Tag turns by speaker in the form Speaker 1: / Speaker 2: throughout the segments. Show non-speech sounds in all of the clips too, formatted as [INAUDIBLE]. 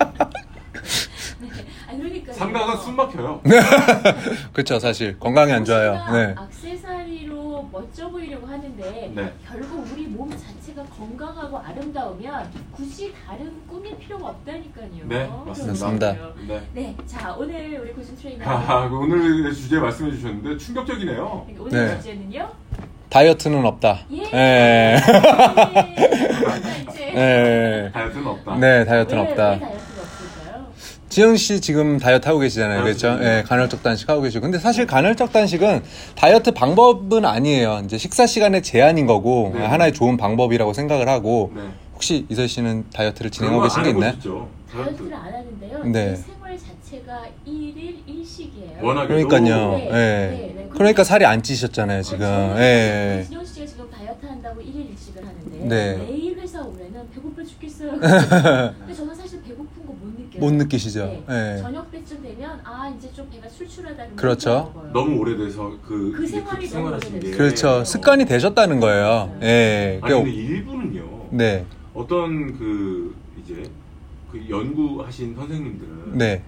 Speaker 1: [LAUGHS]
Speaker 2: 상가가
Speaker 1: 네.
Speaker 2: 숨막혀요.
Speaker 3: 네. 그쵸 사실 건강에 안 좋아요. 네.
Speaker 1: 악세사리로 멋져 보이려고 하는데
Speaker 2: 네.
Speaker 1: 결국 우리 몸 자체가 건강하고 아름다우면 굳이 다른 꾸밀 필요가 없다니까요. 그렇죠?
Speaker 2: 네, 맞습니다.
Speaker 3: 맞습니다.
Speaker 2: 네.
Speaker 1: 네, 자 오늘 우리 고진 트레이너
Speaker 2: 아, 오늘의 주제 말씀해 주셨는데 충격적이네요.
Speaker 1: 그러니까 오늘
Speaker 3: 네.
Speaker 1: 주제는요.
Speaker 3: 다이어트는 없다.
Speaker 1: 예.
Speaker 3: 예.
Speaker 1: 네. 이제
Speaker 3: 예.
Speaker 2: 다이어트는 없다.
Speaker 3: 네
Speaker 1: 왜,
Speaker 3: 다이어트는
Speaker 1: 왜
Speaker 3: 없다.
Speaker 1: 다이어트가 없을까요?
Speaker 2: 아,
Speaker 3: 지영 씨 지금 다이어트 하고 계시잖아요,
Speaker 2: 다이어트
Speaker 3: 그렇죠?
Speaker 2: 중이에요.
Speaker 3: 예, 간헐적 단식 하고 계시고. 근데 사실 간헐적 단식은 다이어트 방법은 아니에요. 이제 식사 시간의 제한인 거고 아,
Speaker 2: 네.
Speaker 3: 하나의 좋은 방법이라고 생각을 하고
Speaker 2: 네.
Speaker 3: 혹시 이설 씨는
Speaker 2: 그런
Speaker 3: 다이어트를 진행하고
Speaker 2: 거
Speaker 3: 계신 게
Speaker 2: 알고
Speaker 3: 있나요?
Speaker 2: 있죠.
Speaker 1: 다이어트를
Speaker 2: 다이어트.
Speaker 1: 안 하는데요.
Speaker 3: 네.
Speaker 1: 제 생활 자체가 일일 일식이에요.
Speaker 2: 워낙에
Speaker 3: 그러니까요.
Speaker 1: 네,
Speaker 3: 예.
Speaker 1: 네, 네.
Speaker 3: 그러니까 살이 안 찌셨잖아요, 지금.
Speaker 2: 그렇죠.
Speaker 3: 예.
Speaker 1: 진영 씨가 지금 다이어트 한다고 일일 일식을 하는데
Speaker 3: 네.
Speaker 1: 매일 회사 오면은 배고파
Speaker 3: [LAUGHS]
Speaker 1: 죽겠어요. 근데 저는 사실 배고픈 거 못 느껴요.
Speaker 3: 못 느끼시죠?
Speaker 1: 네.
Speaker 3: 예.
Speaker 1: 저녁 때쯤 되면 아 이제 좀 배가 술출하다는
Speaker 3: 그렇죠.
Speaker 2: 너무 오래돼서 그,
Speaker 1: 그 생활이 너무
Speaker 2: 생활하신 게
Speaker 1: 오래됐어요.
Speaker 3: 그렇죠. 습관이 되셨다는 거예요. 예.
Speaker 2: 네. 아니 근데
Speaker 3: 그,
Speaker 2: 일부는요.
Speaker 3: 네.
Speaker 2: 어떤 그 이제 그 연구하신 선생님들은
Speaker 3: 네.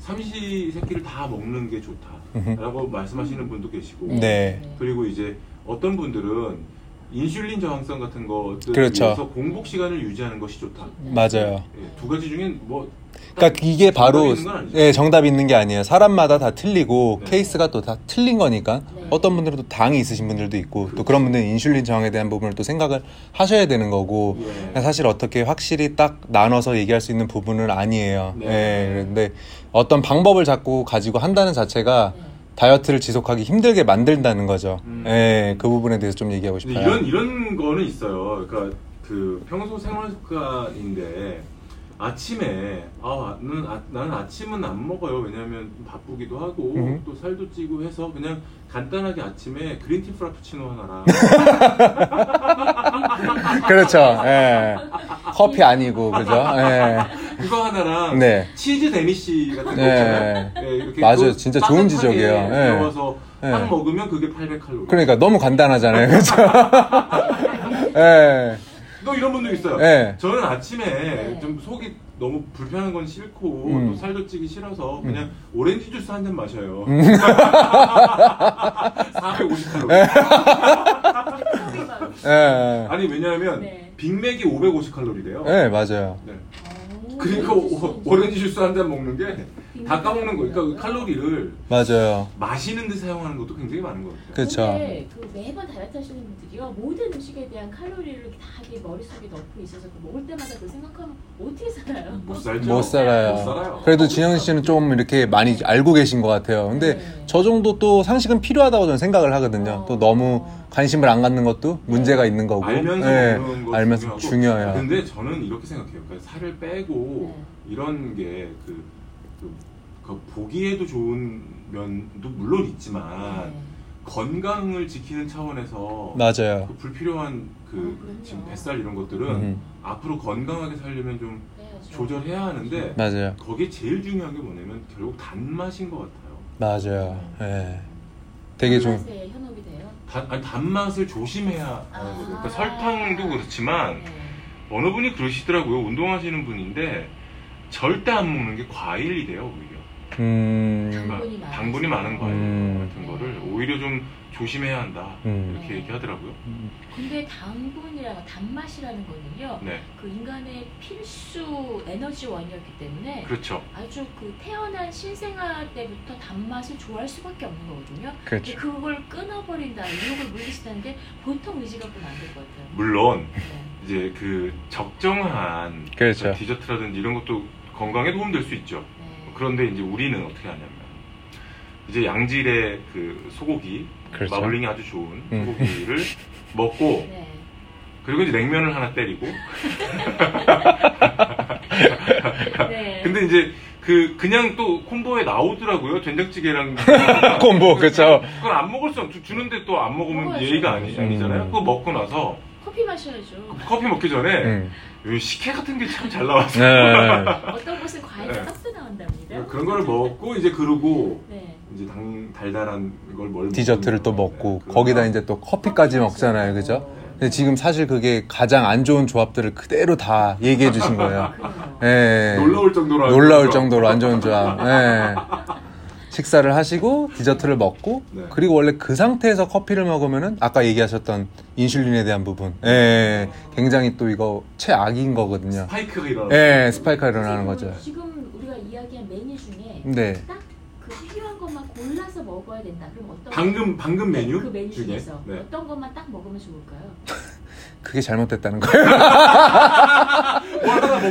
Speaker 2: 삼시 세끼를 다 먹는 게
Speaker 3: 음흠.
Speaker 2: 좋다라고 말씀하시는 분도 계시고
Speaker 3: 네.
Speaker 2: 그리고 이제 어떤 분들은 인슐린 저항성 같은 것들
Speaker 3: 그렇죠.
Speaker 2: 위해서 공복 시간을 유지하는 것이 좋다.
Speaker 3: 맞아요.
Speaker 2: 예, 두 가지 중에 뭐
Speaker 3: 그러니까 이게 바로
Speaker 2: 있는 건 아니죠.
Speaker 3: 예, 정답이 있는 게 아니에요. 사람마다 다 틀리고
Speaker 2: 네.
Speaker 3: 케이스가 또 다 틀린 거니까
Speaker 1: 네.
Speaker 3: 어떤 분들은 또 당이 있으신 분들도 있고 또 그런 분들은 인슐린 저항에 대한 부분을 또 생각을 하셔야 되는 거고
Speaker 2: 예.
Speaker 3: 사실 어떻게 확실히 딱 나눠서 얘기할 수 있는 부분은 아니에요.
Speaker 2: 네.
Speaker 3: 예, 그런데 어떤 방법을 자꾸 가지고 한다는 자체가
Speaker 1: 네.
Speaker 3: 다이어트를 지속하기 힘들게 만든다는 거죠.
Speaker 2: 음.
Speaker 3: 예, 그 부분에 대해서 좀 얘기하고
Speaker 2: 근데
Speaker 3: 싶어요.
Speaker 2: 이런 이런 거는 있어요. 그러니까 그 평소 생활 습관인데 아침에 아 나는, 아, 나는 아침은 안 먹어요. 왜냐면 바쁘기도 하고
Speaker 3: 음.
Speaker 2: 또 살도 찌고 해서 그냥 간단하게 아침에 그린티 프라푸치노
Speaker 3: [LAUGHS]
Speaker 2: 하나랑
Speaker 3: [LAUGHS] 그렇죠. 예. 커피 아니고 그죠? 예.
Speaker 2: 그거 하나랑
Speaker 3: 네.
Speaker 2: 치즈 데니시 같은 거
Speaker 3: 예.
Speaker 2: 있잖아요. 예, 이렇게
Speaker 3: 맞아요.
Speaker 2: 그거
Speaker 3: 진짜 좋은 지적이에요.
Speaker 2: 따뜻하게
Speaker 3: 예.
Speaker 2: 데워서
Speaker 3: 예.
Speaker 2: 딱 먹으면 그게 800칼로리.
Speaker 3: 그러니까 너무 간단하잖아요.
Speaker 1: [LAUGHS]
Speaker 3: 그렇죠? 예.
Speaker 2: 또 이런 분들 있어요.
Speaker 3: 예.
Speaker 2: 저는 아침에
Speaker 1: 네.
Speaker 2: 좀 속이 너무 불편한 건 싫고
Speaker 3: 음.
Speaker 2: 또 살도 찌기 싫어서 그냥 오렌지 주스 한 잔 마셔요.
Speaker 3: 음.
Speaker 2: [LAUGHS]
Speaker 3: 네.
Speaker 2: 450칼로리.
Speaker 1: 소리 막-
Speaker 3: 예.
Speaker 2: 아니 왜냐하면
Speaker 1: 네.
Speaker 2: 빅맥이 550칼로리래요.
Speaker 3: 예, 맞아요.
Speaker 1: 어,
Speaker 2: 그러니까 오, 오렌지 주스 한 잔 먹는
Speaker 1: 음.
Speaker 2: 게 다 까먹는 거. 그러니까 그 칼로리를
Speaker 3: 맞아요.
Speaker 2: 마시는 데 사용하는 것도 굉장히 많은 것 같아요.
Speaker 3: 그쵸.
Speaker 1: 근데 그 매번 다이어트 하시는 분들이요 모든 음식에 대한 칼로리를 이렇게 다 이렇게 머릿속에 넣고 있어서 그 먹을 때마다 그 생각하면 어떻게 살아요? 어.
Speaker 2: 못 살죠.
Speaker 3: 못 살아요.
Speaker 2: 못 살아요.
Speaker 3: 그래도 진영 씨는 좀 이렇게 많이 알고 계신 것 같아요. 근데
Speaker 1: 네.
Speaker 3: 저 정도 또 상식은 필요하다고 저는 생각을 하거든요.
Speaker 1: 어.
Speaker 3: 또 너무 관심을 안 갖는 것도 문제가 있는 거고.
Speaker 2: 알면서
Speaker 3: 예,
Speaker 2: 먹는 거
Speaker 3: 알면서 중요해요.
Speaker 2: 근데 저는 이렇게 생각해요. 그러니까 살을 빼고
Speaker 1: 네.
Speaker 2: 이런 게 그 보기에도 좋은 면도 물론 있지만
Speaker 1: 네.
Speaker 2: 건강을 지키는 차원에서
Speaker 3: 맞아요.
Speaker 2: 그 불필요한 그
Speaker 1: 아, 그럼요.
Speaker 2: 지금 뱃살 이런 것들은
Speaker 3: 음,
Speaker 2: 앞으로 건강하게 살려면 좀
Speaker 1: 빼야죠.
Speaker 2: 조절해야 하는데
Speaker 3: 맞아요.
Speaker 2: 거기에 제일 중요한 게 뭐냐면 결국 단맛인 것 같아요.
Speaker 3: 맞아요. 예. 되게 좀
Speaker 1: 단맛에 네, 현혹이 돼요.
Speaker 2: 단, 아니, 단맛을 조심해야 하는 거죠. 그러니까
Speaker 1: 아.
Speaker 2: 설탕도
Speaker 3: 아.
Speaker 2: 그렇지만
Speaker 1: 네.
Speaker 2: 어느 분이 그러시더라고요. 운동하시는 분인데 절대 안 먹는 게 과일이 돼요, 오히려. 그러니까
Speaker 3: 음,
Speaker 1: 당분이 많아서. 네.
Speaker 2: 당분이 많은 과일
Speaker 3: 음.
Speaker 2: 같은 거를 오히려 좀 조심해야 한다.
Speaker 3: 음.
Speaker 2: 이렇게 얘기하더라고요.
Speaker 1: 근데 당분이라 단맛이라는 거는요
Speaker 2: 네,
Speaker 1: 그 인간의 필수 에너지원이었기 때문에
Speaker 2: 그렇죠.
Speaker 1: 아주 그 태어난 신생아 때부터 단맛을 좋아할 수밖에 없는 거거든요. 근데
Speaker 3: 그렇죠.
Speaker 1: 그걸 끊어버린다, 유혹을 물리친다는데 보통 의지가 그건 안될 것 같아요.
Speaker 2: 물론
Speaker 1: 네.
Speaker 2: 이제 그 적정한
Speaker 3: 그렇죠.
Speaker 2: 디저트라든지 이런 것도 건강에 도움될 수 있죠.
Speaker 1: 네.
Speaker 2: 그런데 이제 우리는 어떻게 하냐면 이제 양질의 그 소고기
Speaker 3: 그렇죠.
Speaker 2: 마블링이 아주 좋은
Speaker 3: 음. [LAUGHS]
Speaker 2: 소고기를 먹고
Speaker 1: 네.
Speaker 2: 그리고 이제 냉면을 하나 때리고
Speaker 1: 네.
Speaker 2: 근데 이제 그 그냥 또 콤보에 나오더라고요 된장찌개랑
Speaker 3: [LAUGHS] 콤보, 그렇죠.
Speaker 2: 그걸 안 먹을 수 없죠 주는데 또 안 먹으면
Speaker 1: 먹어야죠.
Speaker 2: 예의가 아니, 아니잖아요
Speaker 3: 음.
Speaker 2: 그거 먹고 나서
Speaker 1: 커피 마셔야죠.
Speaker 2: 커피 먹기 전에
Speaker 3: 음.
Speaker 2: 요 식혜 같은 게 참 잘 나와서
Speaker 3: 네. [LAUGHS]
Speaker 1: 어떤 곳은 과일
Speaker 2: 네.
Speaker 1: 이 싹도 나온답니다.
Speaker 2: 그런 거를 먹고 이제 그러고
Speaker 1: 네.
Speaker 2: 이제 당 달달한 걸뭘 네,
Speaker 3: 디저트를 또 먹고 거기다 이제 또 커피까지 먹잖아요, 그죠? 근데 지금 사실 그게 가장 안 좋은 조합들을 그대로 다 얘기해 주신 거예요.
Speaker 1: 그래요.
Speaker 3: 예.
Speaker 2: 놀라울 정도로 안
Speaker 3: 놀라울
Speaker 2: 좋은 조합.
Speaker 3: 정도로 안 좋은 조합. 예. 식사를 하시고 디저트를 먹고
Speaker 2: 네.
Speaker 3: 그리고 원래 그 상태에서 커피를 먹으면은 아까 얘기하셨던 인슐린에 대한 부분. 예. 굉장히 또 이거 최악인 거거든요.
Speaker 2: 스파이크가 일어나.
Speaker 3: 예, 스파이크가 일어나는 거죠.
Speaker 1: 지금 우리가 이야기한 메뉴 중에
Speaker 3: 네.
Speaker 1: 딱 그 필요한 것만 골라서 먹어야 된다. 그럼 어떤
Speaker 2: 방금 방금
Speaker 1: 네,
Speaker 2: 메뉴
Speaker 1: 그 메뉴
Speaker 2: 중에
Speaker 1: 중에서
Speaker 2: 네.
Speaker 1: 어떤 것만 딱 먹으면 좋을까요?
Speaker 3: 그게 잘못됐다는 거예요.
Speaker 2: 뭘뭐 하나 먹거나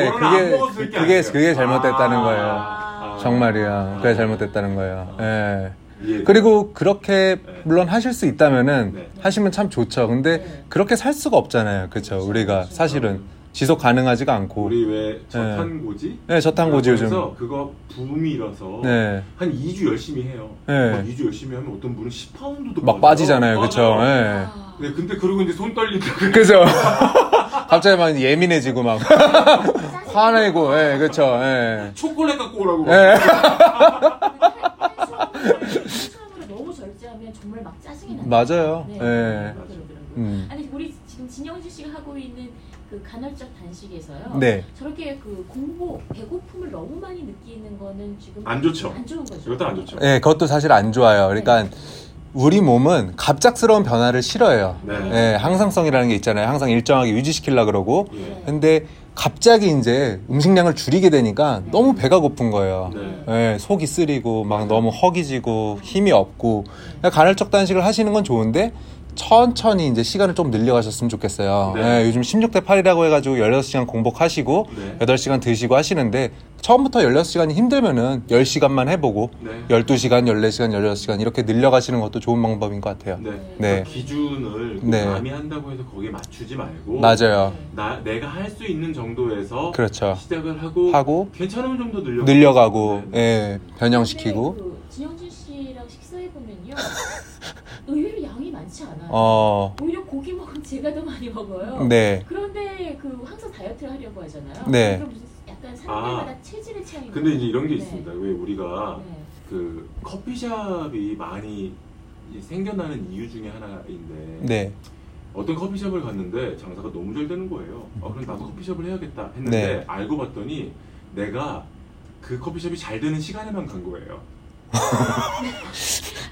Speaker 3: 예,
Speaker 2: 뭘 하나 안
Speaker 3: 그게-
Speaker 2: 먹었을 게
Speaker 3: 그게-
Speaker 2: 아니에요.
Speaker 3: 그게 잘못됐다는 거예요.
Speaker 1: 아.
Speaker 3: 정말이야. 그게 잘못됐다는 거예요. 예.
Speaker 2: 예.
Speaker 3: 그리고 그렇게
Speaker 2: 네.
Speaker 3: 물론 하실 수 있다면은
Speaker 2: 네.
Speaker 3: 하시면 참 좋죠. 근데
Speaker 1: 네.
Speaker 3: 그렇게 살 수가 없잖아요. 그렇죠.
Speaker 1: 그렇죠.
Speaker 3: 우리가
Speaker 1: 그렇죠.
Speaker 3: 사실은 지속 가능하지가 않고.
Speaker 2: 음. 우리 왜 저탄고지?
Speaker 3: 네, 저탄고지 요즘.
Speaker 2: 그래서 뭐 그거 붐이 일어서
Speaker 3: 네.
Speaker 2: 한 2주 열심히 해요.
Speaker 3: 네.
Speaker 2: 막 2주 열심히 하면 어떤 분은 10파운드도
Speaker 3: 막 빠지잖아요.
Speaker 2: 뭐
Speaker 3: 그렇죠.
Speaker 2: 렇
Speaker 3: 예.
Speaker 1: 아.
Speaker 2: 네, 근데 그러고 [LAUGHS] 이제 손 떨린다.
Speaker 3: 그죠. [LAUGHS] 갑자기 막 예민해지고 막
Speaker 1: 짜증나.
Speaker 3: 화내고. 예, 그렇죠. 예.
Speaker 2: 초콜릿 갖고 오라고.
Speaker 3: 예.
Speaker 1: 탄수화물을 네, 너무 절제하면 정말 막 짜증이 나요.
Speaker 3: 맞아요.
Speaker 1: 네.
Speaker 3: 예.
Speaker 1: 그러더라고요.
Speaker 3: 음.
Speaker 1: 아니 우리 지금 진영주 씨가 하고 있는 그 간헐적 단식에서요.
Speaker 3: 네.
Speaker 1: 저렇게 그 공복, 배고픔을 너무 많이 느끼는 거는 지금
Speaker 2: 안 좋죠.
Speaker 1: 안 좋은 거죠.
Speaker 2: 이것도 안 좋죠.
Speaker 3: 예, 그것도 사실 안 좋아요. 그러니까 우리 몸은 갑작스러운 변화를 싫어해요.
Speaker 2: 네.
Speaker 3: 예, 항상성이라는 게 있잖아요. 항상 일정하게 유지시키려고 그러고.
Speaker 2: 예.
Speaker 3: 근데 갑자기 이제 음식량을 줄이게 되니까
Speaker 1: 네.
Speaker 3: 너무 배가 고픈 거예요.
Speaker 2: 네.
Speaker 3: 예, 속이 쓰리고 막 너무 허기지고 힘이 없고 그러니까 간헐적 단식을 하시는 건 좋은데 천천히 이제 시간을 좀 늘려가셨으면 좋겠어요.
Speaker 2: 네.
Speaker 3: 예, 요즘 16대 8이라고 해가지고 16시간 공복하시고
Speaker 2: 네.
Speaker 3: 8시간 드시고 하시는데 처음부터 16시간이 힘들면은 10시간만 해보고
Speaker 2: 네.
Speaker 3: 12시간, 14시간, 16시간 이렇게 늘려가시는 것도 좋은 방법인 것 같아요.
Speaker 2: 네.
Speaker 3: 네.
Speaker 2: 기준을 꼭
Speaker 3: 네.
Speaker 2: 남이 한다고 해서 거기에 맞추지 말고
Speaker 1: 네.
Speaker 3: 맞아요.
Speaker 2: 나 내가 할 수 있는 정도에서
Speaker 3: 그렇죠.
Speaker 2: 시작을 하고,
Speaker 3: 하고
Speaker 2: 괜찮은 정도 늘려
Speaker 3: 늘려가고
Speaker 2: 네.
Speaker 3: 예, 변형시키고
Speaker 1: 근데 그 진영준 씨랑 식사해 보면요, 의외로 양이 많지 않아요.
Speaker 3: 어,
Speaker 1: 오히려 고기 먹으면 제가 더 많이 먹어요.
Speaker 3: 네.
Speaker 1: 그런데 그 항상 다이어트를 하려고 하잖아요.
Speaker 3: 네.
Speaker 1: 그럼 무슨 약간 사람들마다 체질의 차이.
Speaker 2: 아, 근데 이제 이런 게
Speaker 1: 네.
Speaker 2: 있습니다. 왜 우리가
Speaker 1: 네.
Speaker 2: 그 커피숍이 많이 이 생겨나는 이유 중에 하나인데
Speaker 3: 네,
Speaker 2: 어떤 커피숍을 갔는데 장사가 너무 잘 되는 거예요. 아, 그럼 나도 커피숍을 해야겠다 했는데
Speaker 3: 네.
Speaker 2: 알고 봤더니 내가 그 커피숍이 잘 되는 시간에만 간 거예요.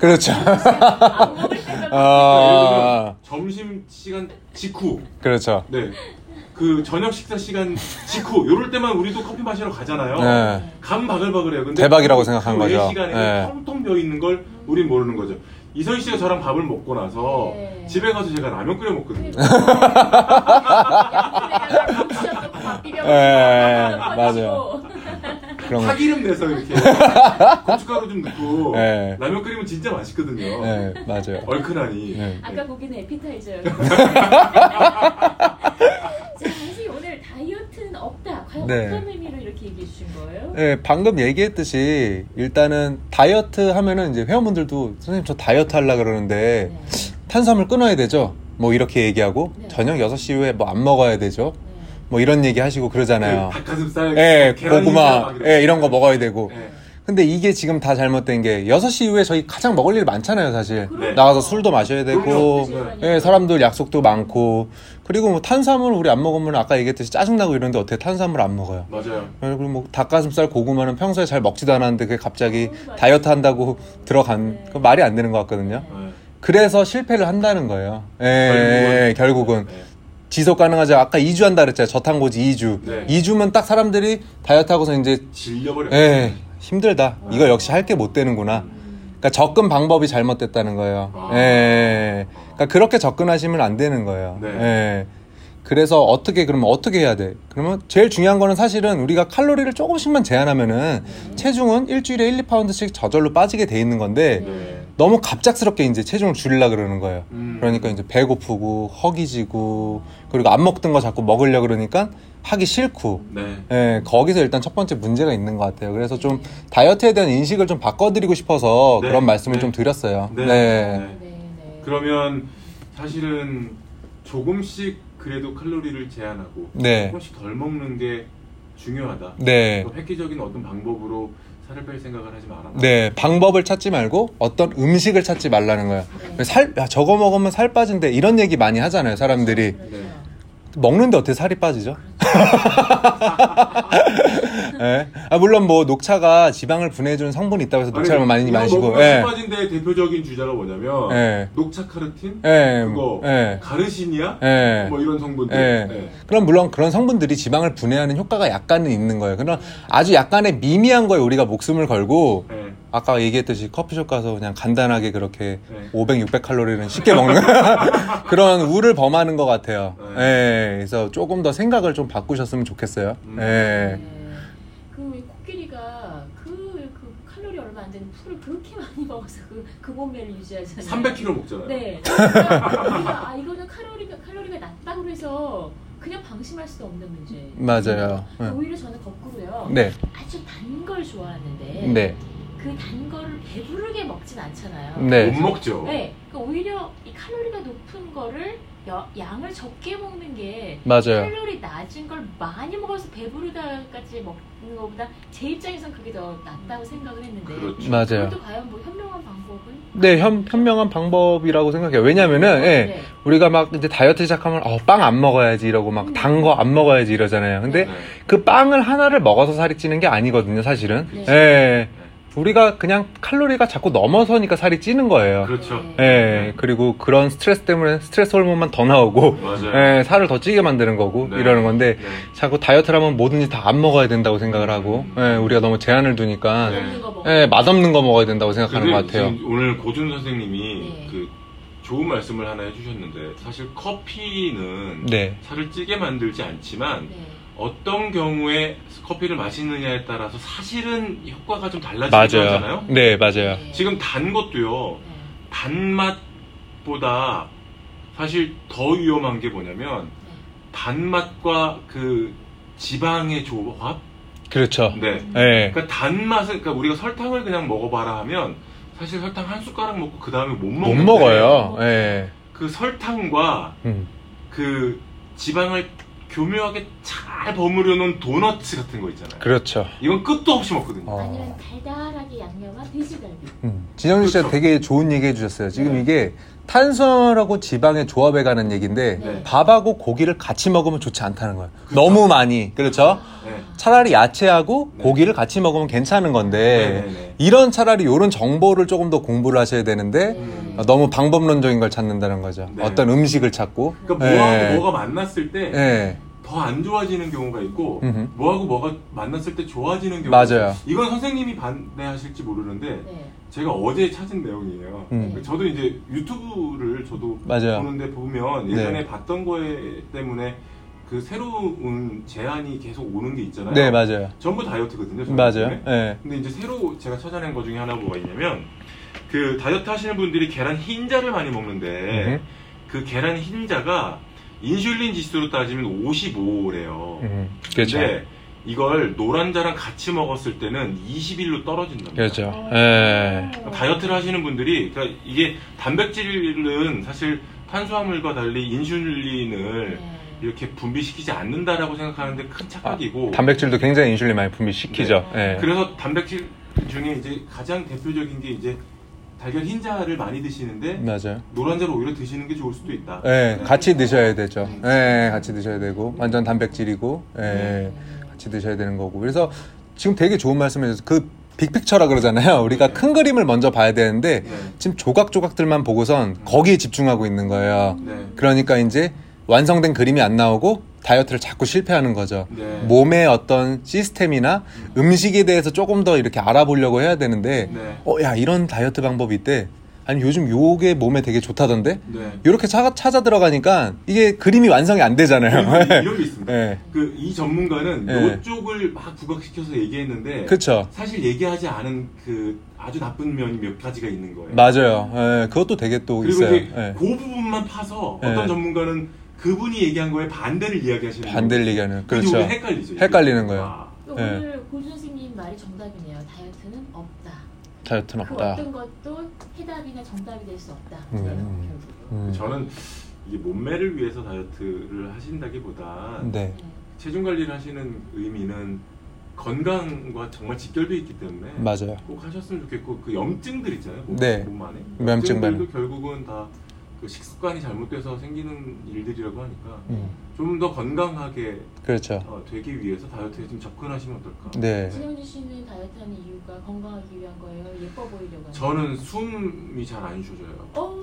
Speaker 3: 그렇죠. [LAUGHS]
Speaker 1: 안 먹을 때가
Speaker 3: 어,
Speaker 2: 그러니까 점심 시간 직후,
Speaker 3: 그렇죠.
Speaker 2: 네, 그 저녁 식사 시간 직후 요럴 때만 우리도 커피 마시러 가잖아요.
Speaker 3: 네.
Speaker 2: 간 바글바글해요. 근데
Speaker 3: 대박이라고 생각한
Speaker 2: 그 외
Speaker 3: 거죠.
Speaker 2: 시간에
Speaker 3: 예.
Speaker 2: 텅텅 비어 있는 걸 우린 모르는 거죠. 이선희 씨가 저랑 밥을 먹고 나서
Speaker 1: 네.
Speaker 2: 집에 가서 제가 라면 끓여
Speaker 3: 네,
Speaker 2: 먹거든요.
Speaker 3: 예, 맞아요. 그런 거.
Speaker 2: 파기름 내서
Speaker 3: [LAUGHS]
Speaker 2: 이렇게 고춧가루 좀 넣고
Speaker 3: 네.
Speaker 2: 라면 끓이면 진짜 맛있거든요.
Speaker 3: 예, 맞아요.
Speaker 2: 얼큰하니.
Speaker 3: 예.
Speaker 1: 아까 고기는
Speaker 3: [LAUGHS]
Speaker 1: 에피타이저예요. 자, 선생님 오늘 다이어트는 없다. 과연
Speaker 3: 네.
Speaker 1: 어떤 의미로 이렇게 얘기해 주신 거예요?
Speaker 3: 예, 방금 얘기했듯이 일단은 다이어트 하면은 이제 회원분들도 선생님 저 다이어트 하려 그러는데
Speaker 1: 네.
Speaker 3: 탄수화물 끊어야 되죠. 뭐 이렇게 얘기하고
Speaker 1: 네.
Speaker 3: 저녁 6시 이후에 뭐 안 먹어야 되죠.
Speaker 1: 네.
Speaker 3: 뭐 이런 얘기 하시고 그러잖아요.
Speaker 2: 그 닭가슴살,
Speaker 3: 예,
Speaker 2: 계란
Speaker 3: 네. 고구마,
Speaker 2: 흰자 막
Speaker 3: 예, 이런 거 먹어야 되고.
Speaker 2: 예.
Speaker 3: 근데 이게 지금 다 잘못된 게 6시 이후에 저희 가장 먹을 일 많잖아요, 사실.
Speaker 1: 그럼요.
Speaker 3: 나가서 술도 마셔야
Speaker 2: 그럼요.
Speaker 3: 되고,
Speaker 1: 그렇죠.
Speaker 2: 네.
Speaker 3: 예, 사람들 약속도 많고. 그리고 뭐 탄수화물 우리 안 먹으면 아까 얘기했듯이 짜증나고 이러는데 어떻게 탄수화물 안 먹어요?
Speaker 2: 맞아요.
Speaker 3: 예, 그리고 뭐 닭가슴살, 고구마는 평소에 잘 먹지도 않았는데 그게 갑자기
Speaker 1: 음, 맞아요.
Speaker 3: 다이어트 한다고 [LAUGHS] 들어간,
Speaker 1: 네.
Speaker 3: 그 말이 안 되는 것 같거든요.
Speaker 2: 예.
Speaker 3: 그래서 실패를 한다는 거예요. 예,
Speaker 2: 결국은.
Speaker 3: 예, 결국은.
Speaker 2: 예.
Speaker 3: 지속 가능하지 아까 2주 한다 그랬잖아요. 저탄고지 2주.
Speaker 2: 네.
Speaker 3: 2주면 딱 사람들이 다이어트 하고서 이제
Speaker 2: 질려버려.
Speaker 3: 에 예, 힘들다. 이거 역시 할 게 못 되는구나. 그러니까 접근 방법이 잘못됐다는 거예요.
Speaker 2: 아.
Speaker 3: 예. 그러니까 그렇게 접근하시면 안 되는 거예요.
Speaker 2: 네.
Speaker 3: 예. 그래서 어떻게 그러면 어떻게 해야 돼? 그러면 제일 중요한 거는 사실은 우리가 칼로리를 조금씩만 제한하면은 체중은 일주일에 1, 2파운드씩 저절로 빠지게 돼 있는 건데
Speaker 2: 네.
Speaker 3: 너무 갑작스럽게 이제 체중을 줄이려 그러는 거예요.
Speaker 2: 음.
Speaker 3: 그러니까 이제 배고프고 허기지고 그리고 안 먹던 거 자꾸 먹으려 그러니까 하기 싫고
Speaker 2: 네.
Speaker 3: 예, 거기서 일단 첫 번째 문제가 있는 것 같아요. 그래서 좀 다이어트에 대한 인식을 좀 바꿔드리고 싶어서
Speaker 2: 네,
Speaker 3: 그런 말씀을
Speaker 2: 네.
Speaker 3: 좀 드렸어요.
Speaker 2: 네. 네.
Speaker 3: 네.
Speaker 1: 네, 네.
Speaker 2: 그러면 사실은 조금씩 그래도 칼로리를 제한하고
Speaker 3: 네.
Speaker 2: 조금씩 덜 먹는 게 중요하다.
Speaker 3: 네.
Speaker 2: 또 획기적인 어떤 방법으로 살을 뺄 생각을 하지 마라.
Speaker 3: 네, 방법을 찾지 말고 어떤 음식을 찾지 말라는 거예요. 살, 야, 저거 먹으면 살 빠진대. 이런 얘기 많이 하잖아요, 사람들이.
Speaker 1: 그렇죠.
Speaker 3: 먹는데 어떻게 살이 빠지죠? [LAUGHS] 예. 아, 물론 뭐 녹차가 지방을 분해해주는 성분이 있다고 해서
Speaker 2: 아,
Speaker 3: 녹차를 많이 마시고.
Speaker 2: 예.
Speaker 3: 예.
Speaker 2: 빠진데 대표적인 주자가 뭐냐면
Speaker 3: 예.
Speaker 2: 녹차 카르틴,
Speaker 3: 예.
Speaker 2: 그거
Speaker 3: 예.
Speaker 2: 가르시니아,
Speaker 3: 예.
Speaker 2: 뭐 이런 성분들.
Speaker 3: 예.
Speaker 2: 예.
Speaker 3: 그럼 물론 그런 성분들이 지방을 분해하는 효과가 약간은 있는 거예요. 그러나 아주 약간의 미미한 거에 우리가 목숨을 걸고
Speaker 2: 예.
Speaker 3: 아까 얘기했듯이 커피숍 가서 그냥 간단하게 그렇게
Speaker 2: 네.
Speaker 3: 500, 600 칼로리는 쉽게 먹는 [LAUGHS] 그런 우를 범하는 것 같아요.
Speaker 2: 네.
Speaker 3: 예, 그래서 조금 더 생각을 좀 바꾸셨으면 좋겠어요.
Speaker 2: 음.
Speaker 3: 예.
Speaker 1: 네. 그이 코끼리가 그, 그 칼로리 얼마 안 되는 풀을 그렇게 많이 먹어서 그, 그 몸매를 유지하잖아요.
Speaker 2: 300kg 먹잖아요.
Speaker 3: [LAUGHS]
Speaker 1: 네. 그러니까 우리가 아 이거는 칼로리가 칼로리가 낮다고 해서 그냥 방심할 수도 없는 문제.
Speaker 3: 맞아요. 네.
Speaker 1: 오히려 저는 거꾸로요.
Speaker 3: 네,
Speaker 1: 아주 단 걸 좋아하는데
Speaker 3: 네,
Speaker 1: 그 단 거를 배부르게 먹진 않잖아요.
Speaker 2: 못
Speaker 3: 네.
Speaker 2: 먹죠.
Speaker 1: 네. 그러니까 오히려 이 칼로리가 높은 거를 여- 양을 적게 먹는 게
Speaker 3: 맞아요.
Speaker 1: 칼로리 낮은 걸 많이 먹어서 배부르다까지 먹는 것보다 제 입장에선 그게 더 낫다고 생각을 했는데
Speaker 2: 그렇죠.
Speaker 3: 맞아요.
Speaker 1: 그것도 과연 뭐 현명한 방법은?
Speaker 3: 네, 현, 현명한 방법이라고 생각해요. 왜냐면은, 예,
Speaker 1: 네.
Speaker 3: 우리가 막 이제 다이어트 시작하면, 어, 빵 안 먹어야지 이러고 막 단 거 안 먹어야지 이러잖아요. 근데
Speaker 2: 네.
Speaker 3: 그 빵을 하나를 먹어서 살이 찌는 게 아니거든요, 사실은.
Speaker 1: 네.
Speaker 3: 예. 우리가 그냥 칼로리가 자꾸 넘어서니까 살이 찌는 거예요.
Speaker 2: 그렇죠.
Speaker 3: 예, 그리고 그런 스트레스 때문에 스트레스 호르몬만 더 나오고,
Speaker 2: 맞아요.
Speaker 3: 예, 살을 더 찌게 만드는 거고,
Speaker 2: 네.
Speaker 3: 이러는 건데,
Speaker 2: 네.
Speaker 3: 자꾸 다이어트를 하면 뭐든지 다 안 먹어야 된다고 생각을 하고,
Speaker 2: 음.
Speaker 3: 예, 우리가 너무 제한을 두니까,
Speaker 2: 네.
Speaker 1: 먹는 거 먹고.
Speaker 3: 예, 맛없는 거 먹어야 된다고 생각하는
Speaker 2: 근데
Speaker 3: 것 같아요.
Speaker 2: 지금 오늘 고준 선생님이
Speaker 1: 네.
Speaker 2: 그 좋은 말씀을 하나 해주셨는데 사실 커피는
Speaker 3: 네.
Speaker 2: 살을 찌게 만들지 않지만
Speaker 1: 네.
Speaker 2: 어떤 경우에 커피를 마시느냐에 따라서 사실은 효과가 좀 달라지긴
Speaker 3: 맞아요.
Speaker 2: 하잖아요.
Speaker 3: 네, 맞아요.
Speaker 1: 네.
Speaker 2: 지금 단 것도요.
Speaker 1: 네.
Speaker 2: 단맛보다 사실 더 위험한 게 뭐냐면 단맛과 그 지방의 조합.
Speaker 3: 그렇죠.
Speaker 2: 네.
Speaker 3: 예.
Speaker 2: 그러니까 단맛은 그러니까 우리가 설탕을 그냥 먹어봐라 하면 사실 설탕 한 숟가락 먹고 그 다음에 못
Speaker 3: 못
Speaker 2: 먹는.
Speaker 3: 먹어요. 예.
Speaker 2: 그 설탕과
Speaker 3: 음.
Speaker 2: 그 지방을 교묘하게 잘 버무려 놓은 도넛 같은 거 있잖아요.
Speaker 3: 그렇죠.
Speaker 2: 이건 끝도 없이 먹거든요.
Speaker 3: 어.
Speaker 1: 아니면 달달하게 양념한 돼지갈비.
Speaker 3: 음, 진영준 씨가
Speaker 2: 그렇죠.
Speaker 3: 되게 좋은 얘기 해주셨어요. 지금
Speaker 2: 네.
Speaker 3: 이게 탄수화물하고 지방의 조합에 관한 얘기인데
Speaker 2: 네.
Speaker 3: 밥하고 고기를 같이 먹으면 좋지 않다는 거예요.
Speaker 2: 그렇죠.
Speaker 3: 너무 많이 그렇죠.
Speaker 2: 네.
Speaker 3: 차라리 야채하고
Speaker 2: 네.
Speaker 3: 고기를 같이 먹으면 괜찮은 건데
Speaker 2: 네네네.
Speaker 3: 이런 차라리 이런 정보를 조금 더 공부를 하셔야 되는데
Speaker 1: 네.
Speaker 2: 음.
Speaker 3: 어, 너무 방법론적인 걸 찾는다는 거죠.
Speaker 2: 네.
Speaker 3: 어떤 음식을 찾고.
Speaker 2: 그러니까 뭐하고
Speaker 3: 예.
Speaker 2: 뭐가 만났을
Speaker 3: 예.
Speaker 2: 때 더 안 좋아지는 경우가 있고
Speaker 3: 음흠.
Speaker 2: 뭐하고 뭐가 만났을 때 좋아지는 경우
Speaker 3: 맞아요.
Speaker 2: 이건 선생님이 반대하실지 모르는데
Speaker 1: 네.
Speaker 2: 제가 어제 찾은 내용이에요.
Speaker 3: 음.
Speaker 2: 저도 이제 유튜브를 저도
Speaker 3: 맞아요. 네.
Speaker 2: 보는데 보면 예전에 봤던 거에 때문에 그 새로운 제안이 계속 오는 게 있잖아요.
Speaker 3: 네 맞아요.
Speaker 2: 전부 다이어트거든요. 저는
Speaker 3: 맞아요.
Speaker 2: 요즘에.
Speaker 3: 예.
Speaker 2: 근데 이제 새로 제가 찾아낸 것 중에 하나 뭐가 있냐면 그 다이어트 하시는 분들이 계란 흰자를 많이 먹는데
Speaker 3: 음.
Speaker 2: 그 계란 흰자가 인슐린 지수로 따지면 55래요.
Speaker 3: 음, 그렇죠.
Speaker 2: 근데 이걸 노란자랑 같이 먹었을 때는 21로 떨어진답니다.
Speaker 3: 그렇죠.
Speaker 1: 어.
Speaker 3: 예.
Speaker 2: 다이어트를 하시는 분들이 그러니까 이게 단백질은 사실 탄수화물과 달리 인슐린을
Speaker 1: 네.
Speaker 2: 이렇게 분비시키지 않는다라고 생각하는데 큰 착각이고
Speaker 3: 단백질도 굉장히 인슐린 많이 분비시키죠.
Speaker 1: 네.
Speaker 3: 예.
Speaker 2: 그래서 단백질 중에 이제 가장 대표적인 게 이제 달걀 흰자를 많이 드시는데
Speaker 3: 맞아요.
Speaker 2: 노란자를 오히려 드시는 게 좋을 수도 있다.
Speaker 3: 예,
Speaker 2: 네.
Speaker 3: 같이 드셔야 되죠. 예, 같이 드셔야 되고 완전 단백질이고 예,
Speaker 1: 네.
Speaker 3: 같이 드셔야 되는 거고. 그래서 지금 되게 좋은 말씀이셨어요. 그 빅픽처라 그러잖아요. [LAUGHS] 우리가 큰 그림을 먼저 봐야 되는데
Speaker 2: 네.
Speaker 3: 지금 조각조각들만 보고선 거기에 집중하고 있는 거예요.
Speaker 2: 네.
Speaker 3: 그러니까 이제 완성된 그림이 안 나오고 다이어트를 자꾸 실패하는 거죠.
Speaker 2: 네.
Speaker 3: 몸의 어떤 시스템이나 음식에 대해서 조금 더 이렇게 알아보려고 해야 되는데
Speaker 2: 네.
Speaker 3: 어, 야, 이런 다이어트 방법이 있대. 아니, 요즘 요게 몸에 되게 좋다던데?
Speaker 2: 네.
Speaker 3: 이렇게 찾아, 찾아 들어가니까 이게 그림이 완성이 안
Speaker 2: 음,
Speaker 3: 되잖아요.
Speaker 2: 이런 게 있습니다.
Speaker 3: [LAUGHS] 예.
Speaker 2: 그 이 전문가는
Speaker 3: 네.
Speaker 2: 요쪽을 막 부각시켜서 얘기했는데
Speaker 3: 그쵸.
Speaker 2: 사실 얘기하지 않은 그 아주 나쁜 면이 몇 가지가 있는 거예요.
Speaker 3: 맞아요. 예, 그것도 되게 또
Speaker 2: 그리고
Speaker 3: 있어요.
Speaker 2: 이제
Speaker 3: 예.
Speaker 2: 그 부분만 파서 어떤
Speaker 3: 네.
Speaker 2: 전문가는 그분이 얘기한 거에 반대를 이야기하시는
Speaker 3: 반대를
Speaker 2: 거예요.
Speaker 3: 얘기하는. 그렇죠.
Speaker 2: 이게 헷갈리죠. 이게.
Speaker 3: 헷갈리는 거예요.
Speaker 2: 아,
Speaker 3: 네.
Speaker 1: 오늘 고준 선생님 말이 정답이네요. 다이어트는 없다.
Speaker 3: 다이어트는
Speaker 1: 그
Speaker 3: 없다.
Speaker 1: 어떤 것도 해답이나 정답이 될 수 없다.
Speaker 3: 음.
Speaker 1: 결국.
Speaker 3: 음.
Speaker 2: 저는 이게 몸매를 위해서 다이어트를 하신다기보다
Speaker 3: 네.
Speaker 1: 네.
Speaker 2: 체중 관리를 하시는 의미는 건강과 정말 직결돼 있기 때문에
Speaker 3: 맞아요.
Speaker 2: 꼭 하셨으면 좋겠고 그 염증들 있잖아요. 몸,
Speaker 3: 네.
Speaker 2: 몸 안에
Speaker 3: 염증
Speaker 2: 염증들도 결국은 다 그 식습관이 잘못돼서 생기는 일들이라고 하니까
Speaker 3: 음,
Speaker 2: 좀 더 건강하게
Speaker 3: 그렇죠.
Speaker 2: 어, 되기 위해서 다이어트에 좀 접근하시면 어떨까?
Speaker 3: 네.
Speaker 1: 지현주 씨는 다이어트 하는 이유가 건강하기 위한 거예요? 예뻐 보이려고 하는
Speaker 2: 저는 숨이 잘 안 쉬어져요.
Speaker 1: 어,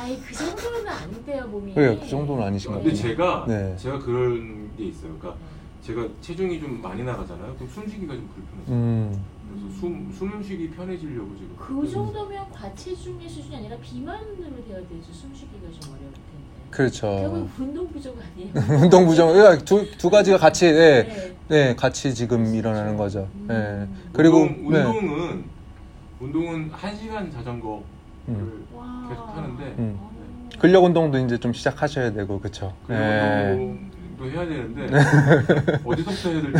Speaker 1: 아이 그 정도는 안 돼요 몸이.
Speaker 3: 그래요. 그 정도는 아니신가
Speaker 2: 근데
Speaker 3: 보네.
Speaker 2: 제가
Speaker 3: 네.
Speaker 2: 제가 그런 게 있어요. 그러니까
Speaker 1: 네.
Speaker 2: 제가 체중이 좀 많이 나가잖아요. 그럼 숨쉬기가 좀 불편해요.
Speaker 3: 음,
Speaker 2: 그래서 숨 숨쉬기 편해지려고 지금.
Speaker 1: 그 정도면 과체중의 수준이 아니라 비만으로 돼야 되지 숨쉬기가 좀 어려울 텐데.
Speaker 3: 그렇죠.
Speaker 1: 결국 운동 부족
Speaker 3: [LAUGHS]
Speaker 1: 아니에요?
Speaker 3: 운동 부정, 야, 두, 두 가지가 같이, 예,
Speaker 1: 네. 그렇죠.
Speaker 3: 예, 같이 지금 일어나는 거죠. 예.
Speaker 1: 음.
Speaker 3: 그리고,
Speaker 2: 운동,
Speaker 3: 네.
Speaker 2: 운동은 운동은 한 시간 자전거를
Speaker 3: 음.
Speaker 1: 와.
Speaker 2: 계속 하는데
Speaker 3: 음.
Speaker 1: 어.
Speaker 3: 근력 운동도 이제 좀 시작하셔야 되고, 그쵸.
Speaker 2: 그런
Speaker 3: 예.
Speaker 2: 운동도 해야 되는데
Speaker 3: 네.
Speaker 2: [LAUGHS] 어디서부터 해야 될지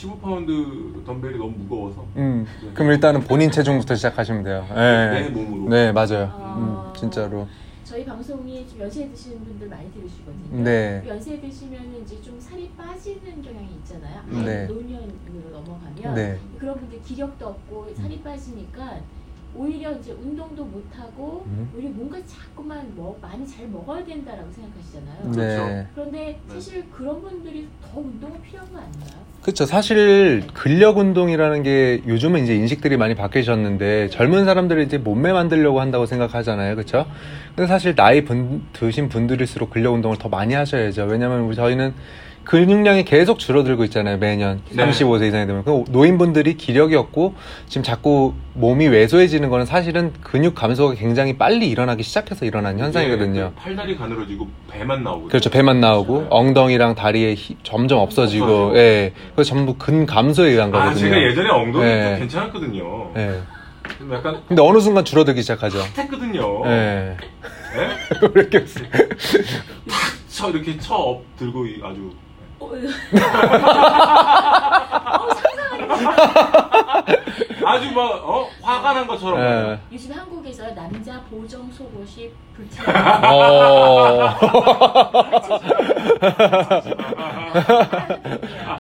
Speaker 2: 15파운드 덤벨이 너무 무거워서 네.
Speaker 3: 음, 그럼 일단은 본인 체중부터 시작하시면 돼요.
Speaker 2: 내
Speaker 3: 예.
Speaker 2: 몸으로
Speaker 3: 네, 맞아요.
Speaker 1: 아.
Speaker 3: 음, 진짜로.
Speaker 1: 저희 방송이 좀 연세 드시는 분들 많이 들으시거든요.
Speaker 3: 네.
Speaker 1: 연세 드시면 이제 좀 살이 빠지는 경향이 있잖아요. 아예
Speaker 3: 네.
Speaker 1: 노년으로 넘어가면
Speaker 3: 네.
Speaker 1: 그런 분들 기력도 없고 살이 빠지니까 오히려 이제 운동도 못 하고
Speaker 3: 음.
Speaker 1: 오히려 뭔가 자꾸만 뭐 많이 잘 먹어야 된다라고 생각하시잖아요.
Speaker 3: 네.
Speaker 1: 그런데
Speaker 2: 네.
Speaker 1: 사실 그런 분들이 더 운동은 필요한 거 아닌가요?
Speaker 3: 그렇죠. 사실 근력 운동이라는 게 요즘은 이제 인식들이 많이 바뀌셨는데 젊은 사람들이 이제 몸매 만들려고 한다고 생각하잖아요. 그렇죠? 근데 사실 나이 분- 드신 분들일수록 근력 운동을 더 많이 하셔야죠. 왜냐면 우리 저희는 근육량이 계속 줄어들고 있잖아요. 매년
Speaker 2: 네.
Speaker 3: 35세 이상이 되면 그 노인분들이 기력이 없고 지금 자꾸 몸이 왜소해지는 거는 사실은 근육 감소가 굉장히 빨리 일어나기 시작해서 일어나는 현상이거든요.
Speaker 2: 이게 네. 팔다리 가늘어지고 배만 나오고
Speaker 3: 그렇죠. 배만 나오고 엉덩이랑 다리에 히- 점점 없어지고,
Speaker 2: 없어지고.
Speaker 3: 예. 그거 전부 근 감소에 의한 거거든요.
Speaker 2: 아 제가 예전에 엉덩이
Speaker 3: 네.
Speaker 2: 괜찮았거든요.
Speaker 3: 예.
Speaker 2: 근데 약간
Speaker 3: 근데 어느 순간 줄어들기 시작하죠.
Speaker 2: 했거든요.
Speaker 3: 예.
Speaker 2: 네?
Speaker 3: [LAUGHS] 왜 이렇게 웃어?
Speaker 2: 쳐 이렇게 쳐 업 들고 이- 아주
Speaker 1: 어, 상상하기
Speaker 2: 아주 막 어? 화가 난 것처럼
Speaker 3: 예.
Speaker 1: [LAUGHS] 요즘 한국에서 남자 보정 속옷이 불티나요.
Speaker 3: 어.
Speaker 2: 아,